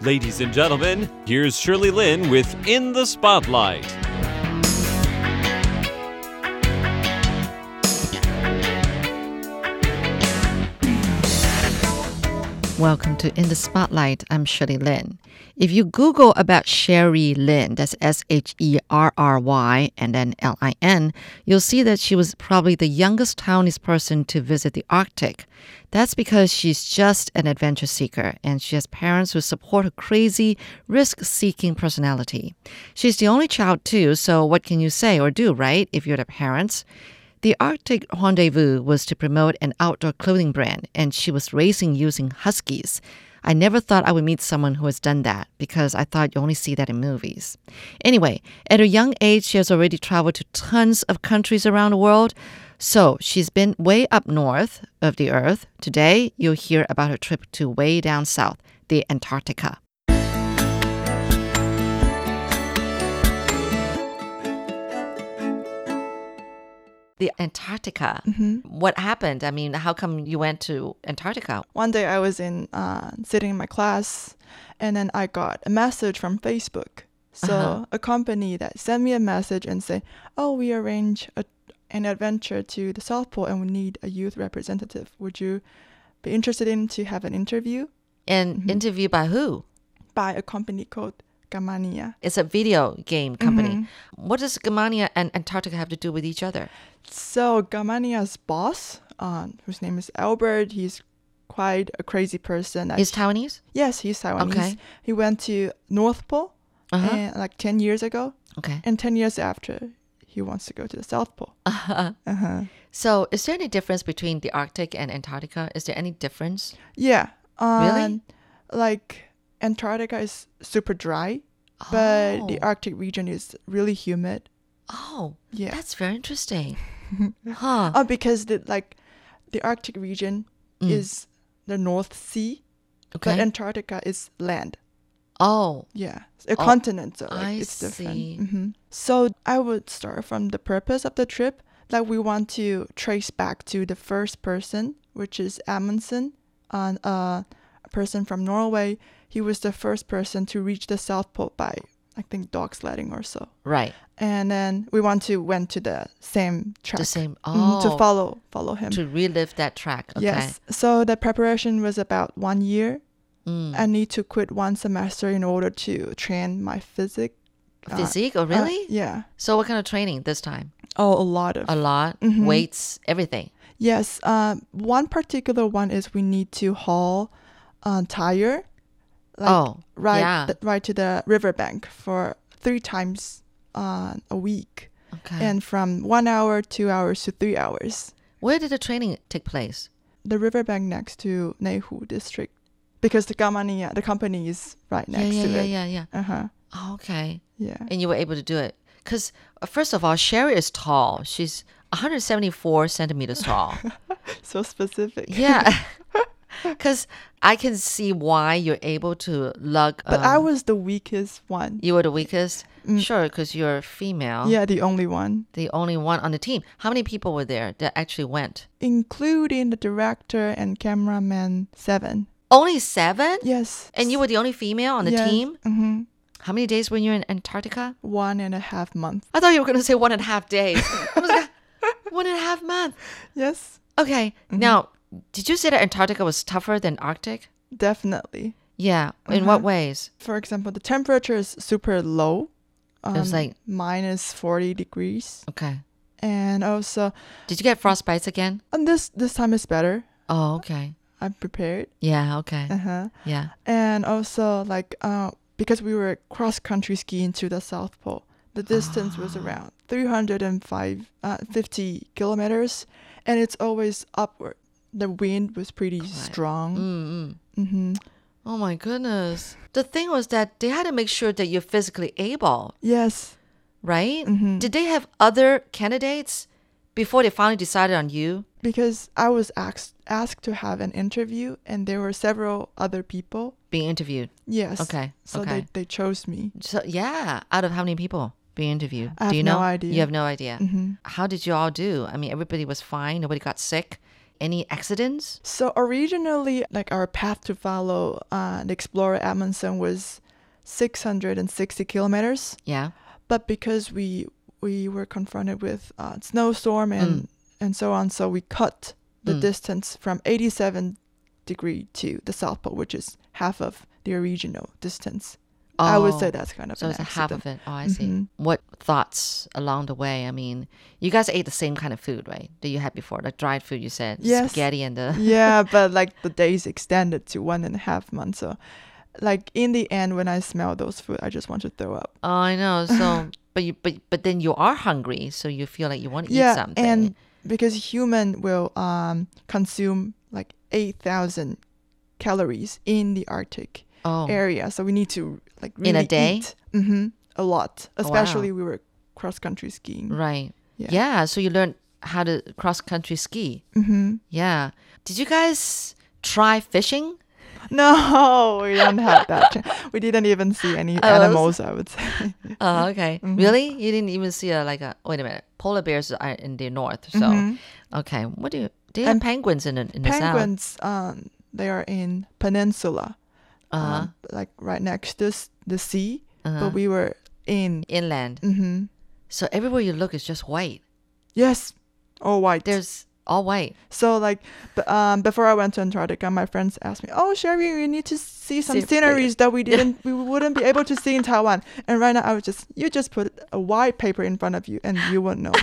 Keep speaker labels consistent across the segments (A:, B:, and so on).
A: Ladies and gentlemen, here's Shirley Lynn with In the Spotlight.
B: Welcome to In the Spotlight. I'm Shirley Lin. If you Google about Sherry Lin, that's S H E R R Y and then L I N, you'll see that she was probably the youngest Taiwanese person to visit the Arctic. That's because she's just an adventure seeker and she has parents who support her crazy, risk seeking personality. She's the only child, too, so what can you say or do, right, if you're the parents? The Arctic Rendezvous was to promote an outdoor clothing brand, and she was racing using huskies. I never thought I would meet someone who has done that because I thought you only see that in movies. Anyway, at a young age, she has already traveled to tons of countries around the world. So she's been way up north of the earth. Today, you'll hear about her trip to way down south, the Antarctica. The Antarctica. What happened? I mean, how come you went to Antarctica?
C: One day I was in uh, sitting in my class, and then I got a message from Facebook. So
B: Uh-huh.
C: a company that sent me a message and say, "Oh, we arrange a, an adventure to the South Pole, and we need a youth representative. Would you be interested in to have an interview
B: And interviewed by who?
C: by a company called Gamania?"
B: It's a video game company.
C: Mm-hmm.
B: What does Germania and Antarctica have to do with each other?
C: So Gamania's boss, uh, whose name is Albert, he's quite a crazy person.
B: Is Taiwanese?
C: yes, he's Taiwanese.
B: Okay.
C: He went to North Pole
B: Uh-huh.
C: and, like ten years ago.
B: Okay.
C: and 10 years after he wants to go to the south pole
B: Uh-huh. So, is there any difference between the Arctic and Antarctica? Is there any difference?
C: yeah
B: Really?
C: um, like antarctica is super dry but the
B: Oh.
C: arctic region is really humid
B: Oh,
C: Yeah.
B: That's very interesting. huh.
C: oh because the like the arctic region is the north sea but
B: Mm. Okay.
C: antarctica is land
B: oh,
C: yeah it's a continent so like,
B: I
C: it's different
B: see.
C: Mhm. so i would start from the purpose of the trip like we want to trace back to the first person which is amundsen and uh, a person from norway he was the first person to reach the south pole by i think dog sledding or so
B: right.
C: and then we want to went to the same track
B: The same.
C: mhm,
B: Oh,
C: to follow follow him
B: to relive that track. Okay.
C: Um, Yes. So the preparation was about one year.
B: Mm.
C: I need to quit one semester in order to train my physic. uh,
B: Physique? Oh,
C: uh,
B: really?
C: yeah.
B: So, what kind of training this time?
C: Oh, a lot of.
B: A lot,
C: Mm-hmm.
B: weights, everything.
C: yes. Um, one particular one is we need to haul uh, tire. Like,
B: Oh,
C: Right.
B: yeah.
C: th- right to the riverbank for three times uh, a week,
B: Okay.
C: and from one hour, two hours to three hours.
B: Where did the training take place?
C: The riverbank next to Nehu district, because the Gamania, the company is right next
B: yeah,
C: to
B: yeah,
C: it.
B: yeah, yeah,
C: Uh huh.
B: yeah. Okay.
C: Yeah.
B: and you were able to do it because first of all sherry is tall she's 174 centimeters tall
C: So specific.
B: yeah because i can see why you're able to lug
C: But I
B: um,
C: was the weakest one.
B: you were the weakest sure because you're female
C: Yeah, the only one.
B: the only one on the team how many people were there that actually went
C: Including the director and cameraman seven.
B: only seven
C: Yes.
B: and you were the only female on the
C: yes.
B: team
C: hmm
B: how many days were you in antarctica
C: One and a half month.
B: i thought you were going to say one and a half days I was like, one and a half month
C: Yes.
B: okay now did you say that antarctica was tougher than arctic Uh-huh.
C: Definitely.
B: Yeah. In what ways?
C: For example, the temperature is super low. Um,
B: was like-
C: minus forty degrees.
B: Okay.
C: And also
B: Did you get frostbites again?
C: and this this time is better.
B: Oh, okay.
C: I'm prepared.
B: Yeah, okay.
C: Uh-huh.
B: Yeah.
C: and also like uh, because we were cross country skiing to the South Pole, the distance was
B: Ah.
C: around 305 uh, 50 kilometers, and it's always upward. The wind was pretty strong.
B: Mm-mm.
C: hmm
B: Oh my goodness. The thing was that they had to make sure that you're physically able,
C: Yes,
B: right? Did they have other candidates before they finally decided on you?
C: because I was asked asked to have an interview, and there were several other people.
B: Being interviewed.
C: Yes.
B: Okay,
C: So
B: okay.
C: they they chose me.
B: So yeah, out of how many people being interviewed? do
C: I have
B: you know?
C: no idea.
B: Mm-hmm. You have no idea. How did you all do? I mean, everybody was fine. Nobody got sick. any accidents?
C: So originally, like our path to follow, uh, the Explorer Amundsen was 660 kilometers,
B: Yeah.
C: but because we we were confronted with uh, snowstorm and and so on, so we cut the
B: Mm.
C: distance from 87 degree to the South Pole, which is half of the original distance. I would say
B: Oh,
C: that's kind of
B: So
C: an
B: it's a half
C: accident.
B: of it. Oh, I see.
C: Mhm.
B: What thoughts along the way? I mean, you guys ate the same kind of food, right? That you had before, like dried food. You said
C: Yes.
B: spaghetti and the
C: yeah, but like the days extended to one and a half months. So, like in the end, when I smell those food, I just want to throw up.
B: Oh, I know. So, but you, but but then you are hungry, so you feel like you want to
C: yeah,
B: eat something.
C: and because human will um consume like eight thousand calories in the Arctic
B: oh,
C: area, so we need to like
B: In a
C: really
B: day? Oh,
C: hmm a lot. Especially we were cross country skiing.
B: right. Yeah.
C: Yeah.
B: So you learned how to cross country ski.
C: Mm-hmm.
B: Yeah. Did you guys try fishing?
C: No, we don't have that. chan- we didn't even see any
B: I was-
C: animals. I would say.
B: Oh, okay. Really? You didn't even see a like a wait a minute. Polar bears are in the north, so okay. What do you? They have
C: And
B: penguins in the in the south.
C: penguins um they are in peninsula
B: Uh-huh.
C: um, like right next to s- the sea
B: Uh-huh.
C: but we were in
B: Inland.
C: hmm
B: So everywhere you look is just white.
C: yes all white
B: There's all white.
C: so like b- um before i went to antarctica my friends asked me oh sherry you need to see some
B: See-
C: sceneries that we didn't we wouldn't be able to see in taiwan and right now i was just you just put a white paper in front of you and you won't know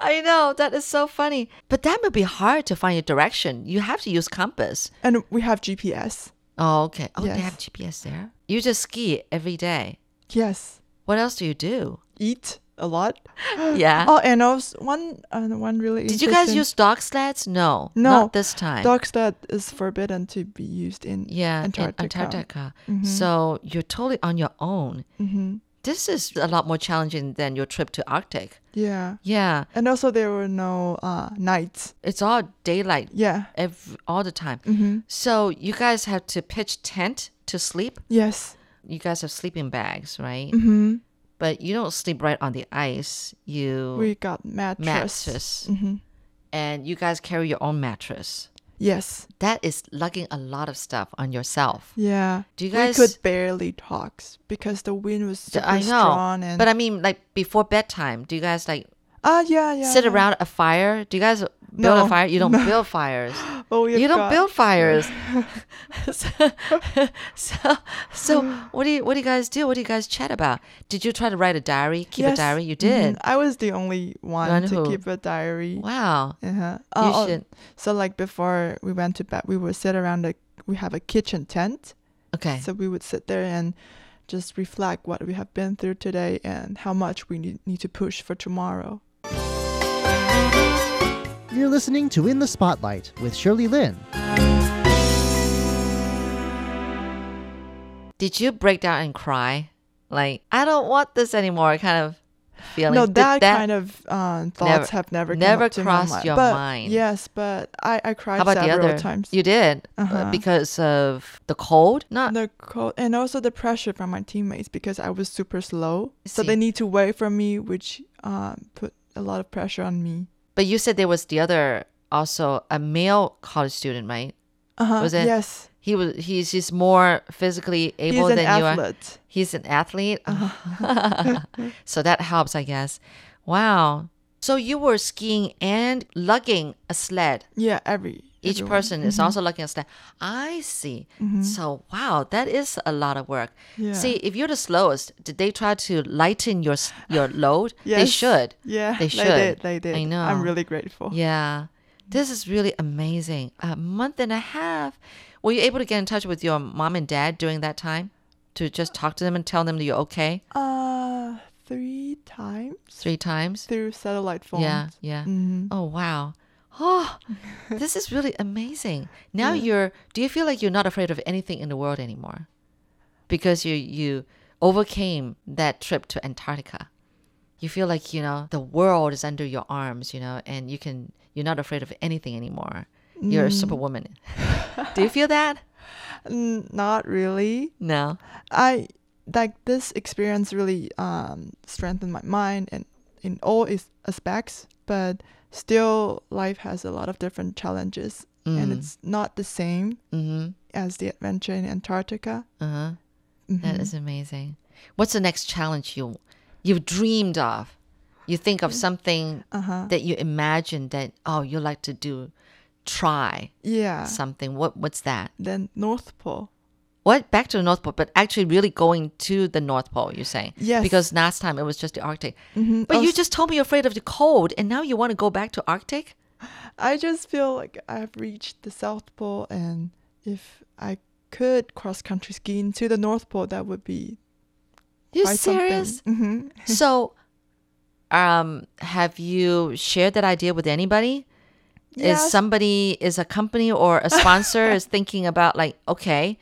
B: I know that is so funny. But that would be hard to find your direction. You have to use compass.
C: and we have gps
B: Oh, okay. Oh, they
C: Yes.
B: have GPS there. You just ski every day.
C: yes
B: What else do you do?
C: eat a lot
B: Yeah.
C: oh and also one uh, one really
B: Did you guys
C: interesting-
B: use dog sleds? No.
C: No.
B: Not this time.
C: Dog sled is forbidden to be used in
B: yeah,
C: Antarctica. Mm-hmm.
B: in Antarctica. So you're totally on your own.
C: hmm
B: This is a lot more challenging than your trip to Arctic.
C: Yeah.
B: Yeah,
C: And also there were no uh, nights.
B: it's all daylight
C: Yeah.
B: every, all the time.
C: hmm
B: So you guys have to pitch tent to sleep.
C: Yes.
B: You guys have sleeping bags, right?
C: hmm
B: But you don't sleep right on the ice. You
C: We got mattress.
B: mattress.
C: hmm
B: and you guys carry your own mattress.
C: Yes.
B: That is lugging a lot of stuff on yourself.
C: Yeah.
B: Do you
C: We
B: guys-
C: could barely talk s- because the wind was
B: D-
C: super
B: I
C: strong.
B: know,
C: And
B: but I mean, like before bedtime, do you guys like
C: ah, yeah, yeah.
B: sit
C: yeah.
B: around a fire? Do you guys build a
C: No.
B: fire? You don't build fires.
C: But we
B: You
C: have
B: don't
C: got-
B: build fires. so, so, so what do you what do you guys do? What do you guys chat about? Did you try to write a diary? Keep
C: Yes.
B: a diary? You
C: Mhm.
B: did.
C: I was the only one
B: One
C: to
B: who-
C: keep a diary.
B: Wow.
C: Uh-huh.
B: You
C: Uh, oh,
B: should-
C: So like before we went to bed, we would sit around the we have a kitchen tent,
B: Okay.
C: so we would sit there and just reflect what we have been through today and how much we need, need to push for tomorrow.
D: You're listening to In the Spotlight with Shirley Lin.
B: Did you break down and cry? Like, I don't want this anymore kind of feeling.
C: no,
B: Did
C: that, kind of um, thoughts have never come
B: never
C: up to my
B: crossed
C: mind.
B: your
C: But
B: mind.
C: Yes, but I I cried
B: How about the
C: several
B: other
C: times.
B: You did uh,
C: Uh-huh.
B: because of the cold. Not
C: the cold and also the pressure from my teammates because I was super slow, so
B: See.
C: they need to wait for me, which um, put a lot of pressure on me.
B: But you said there was the other also a male college student, right?
C: Uh-huh.
B: Was it-
C: Yes.
B: He was he's just more physically able
C: He's an
B: than you are.
C: athlete. Uh-huh.
B: He's an athlete. so that helps, I guess. Wow. So you were skiing and lugging a sled.
C: Yeah, every
B: Each
C: everyone. Mm-hmm.
B: person is also lugging a sled. I see. So wow, that is a lot of work.
C: Yeah.
B: See, if you're the slowest, did they try to lighten your s- your load? They
C: Yes.
B: should.
C: Yeah,
B: They should.
C: did. They did.
B: I know.
C: I'm really grateful.
B: Yeah. This is really amazing. A month and a half. Were you able to get in touch with your mom and dad during that time? To just talk to them and tell them that you're okay
C: Uh, three times
B: three times?
C: through satellite phones.
B: Yeah, yeah.
C: Mhm.
B: Oh, wow. Oh, this is really amazing. Now you're, do you feel like you're not afraid of anything in the world anymore? Because you, you overcame that trip to Antarctica. You feel like, you know, the world is under your arms, you know, and you can, you're not afraid of anything anymore. You're a superwoman. do you feel that?
C: Mm, not really.
B: No.
C: I like this experience really um strengthened my mind and in all its aspects, but still life has a lot of different challenges and
B: Mm.
C: it's not the same
B: Mhm.
C: as the adventure in Antarctica.
B: Uh-huh. That
C: Mm-hmm.
B: is amazing. What's the next challenge you you've dreamed of? You think
C: Mm.
B: of something
C: Uh-huh.
B: that you imagine that oh you like to do, try
C: Yeah.
B: something. What what's that?
C: Then North Pole.
B: What back to the North Pole, but actually really going to the North Pole, you're saying?
C: Yes.
B: Because last time it was just the Arctic.
C: Mhm.
B: But
C: Oh,
B: you
C: s-
B: just told me you're afraid of the cold and now you want to go back to Arctic?
C: I just feel like I've reached the South Pole, and if I could cross country skiing to the North Pole, that would be
B: You serious?
C: hmm
B: so um have you shared that idea with anybody? is
C: Yes.
B: somebody is a company or a sponsor is thinking about like okay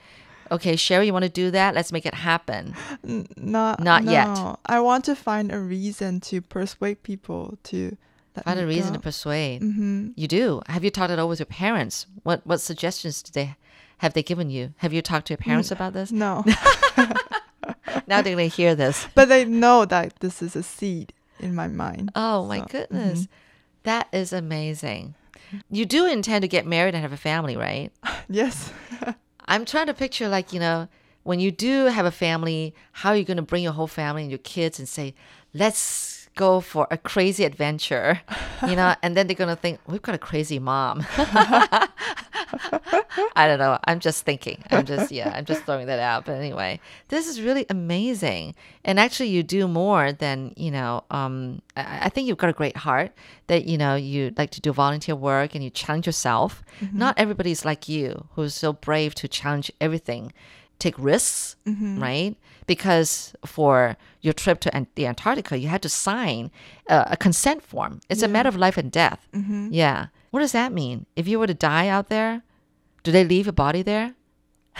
B: okay sherry you want to do that let's make it happen
C: N- not
B: Not yet.
C: no. I want to find a reason to persuade people to let
B: find
C: me
B: a reason
C: go.
B: to persuade
C: Mm-hmm.
B: you do have you talked it over with your parents what what suggestions do they have they given you have you talked to your
C: Mm.
B: parents about this
C: No,
B: now they're going to hear this
C: but they know that this is a seed in my mind.
B: oh my
C: So, mm-hmm.
B: goodness That is amazing you do intend to get married and have a family right
C: Yes.
B: I'm trying to picture like, you know, when you do have a family, how are you going to bring your whole family and your kids and say, let's go for a crazy adventure, you know, and then they're going to think, we've got a crazy mom. I don't know. I'm just thinking. I'm just, yeah, I'm just throwing that out. But anyway, this is really amazing. And actually, you do more than, you know, um, I, I think you've got a great heart that, you know, you like to do volunteer work and you challenge yourself. Not everybody's like you who's so brave to challenge everything, take risks, right? Because for your trip to Ant- the Antarctica, you had to sign uh, a consent form. It's a matter of life and death. Yeah. What does that mean? If you were to die out there, do they leave your body there?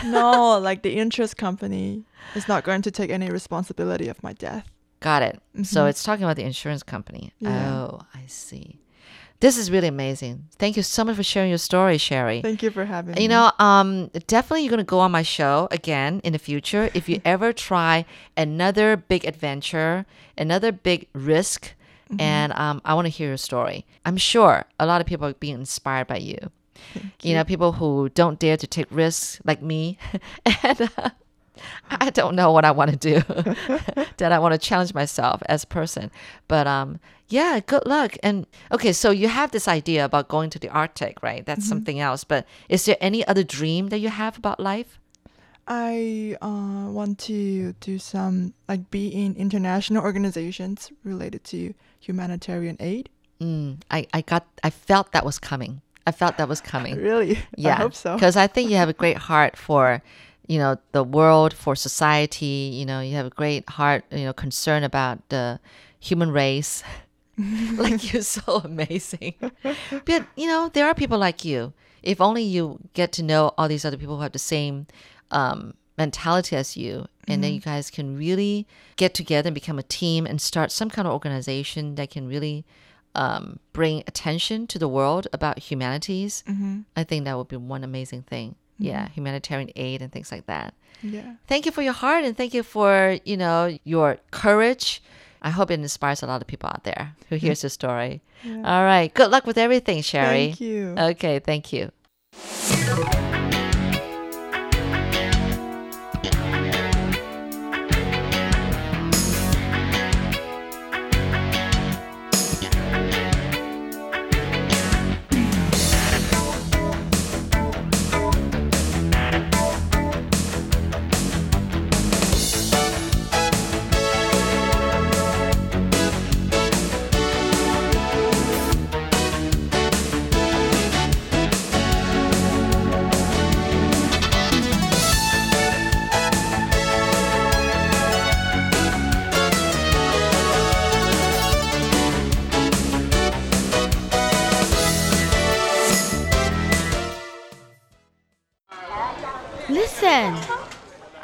C: no, like the insurance company is not going to take any responsibility of my death.
B: Got it. So it's talking about the insurance company. Oh, I see. This is really amazing. Thank you so much for sharing your story, Sherry.
C: Thank you for having me.
B: You know, um, definitely you're going to go on my show again in the future. If you ever try another big adventure, another big risk, and um, I want to hear your story. I'm sure a lot of people are being inspired by you. You know, people who don't dare to take risks like me. and uh, I don't know what I want to do. that I want to challenge myself as a person. But um, yeah, good luck. And okay, so you have this idea about going to the Arctic, right? That's
C: Mm-hmm.
B: something else. But is there any other dream that you have about life?
C: I uh, want to do some, like, be in international organizations related to humanitarian aid.
B: Mm, I, I got I felt that was coming. I felt that was coming.
C: Really?
B: Yeah,
C: I hope so.
B: Because I think you have a great heart for, you know, the world, for society. You know, you have a great heart. You know, concern about the human race. like you're so amazing. But you know, there are people like you. If only you get to know all these other people who have the same um, mentality as you, and then you guys can really get together and become a team and start some kind of organization that can really um, bring attention to the world about humanities. I think that would be one amazing thing. Yeah, humanitarian aid and things like that.
C: Yeah.
B: Thank you for your heart and thank you for, you know, your courage. I hope it inspires a lot of people out there who hears your story. All right. Good luck with everything, Sherry.
C: Thank you.
B: Okay, thank you.
E: Listen.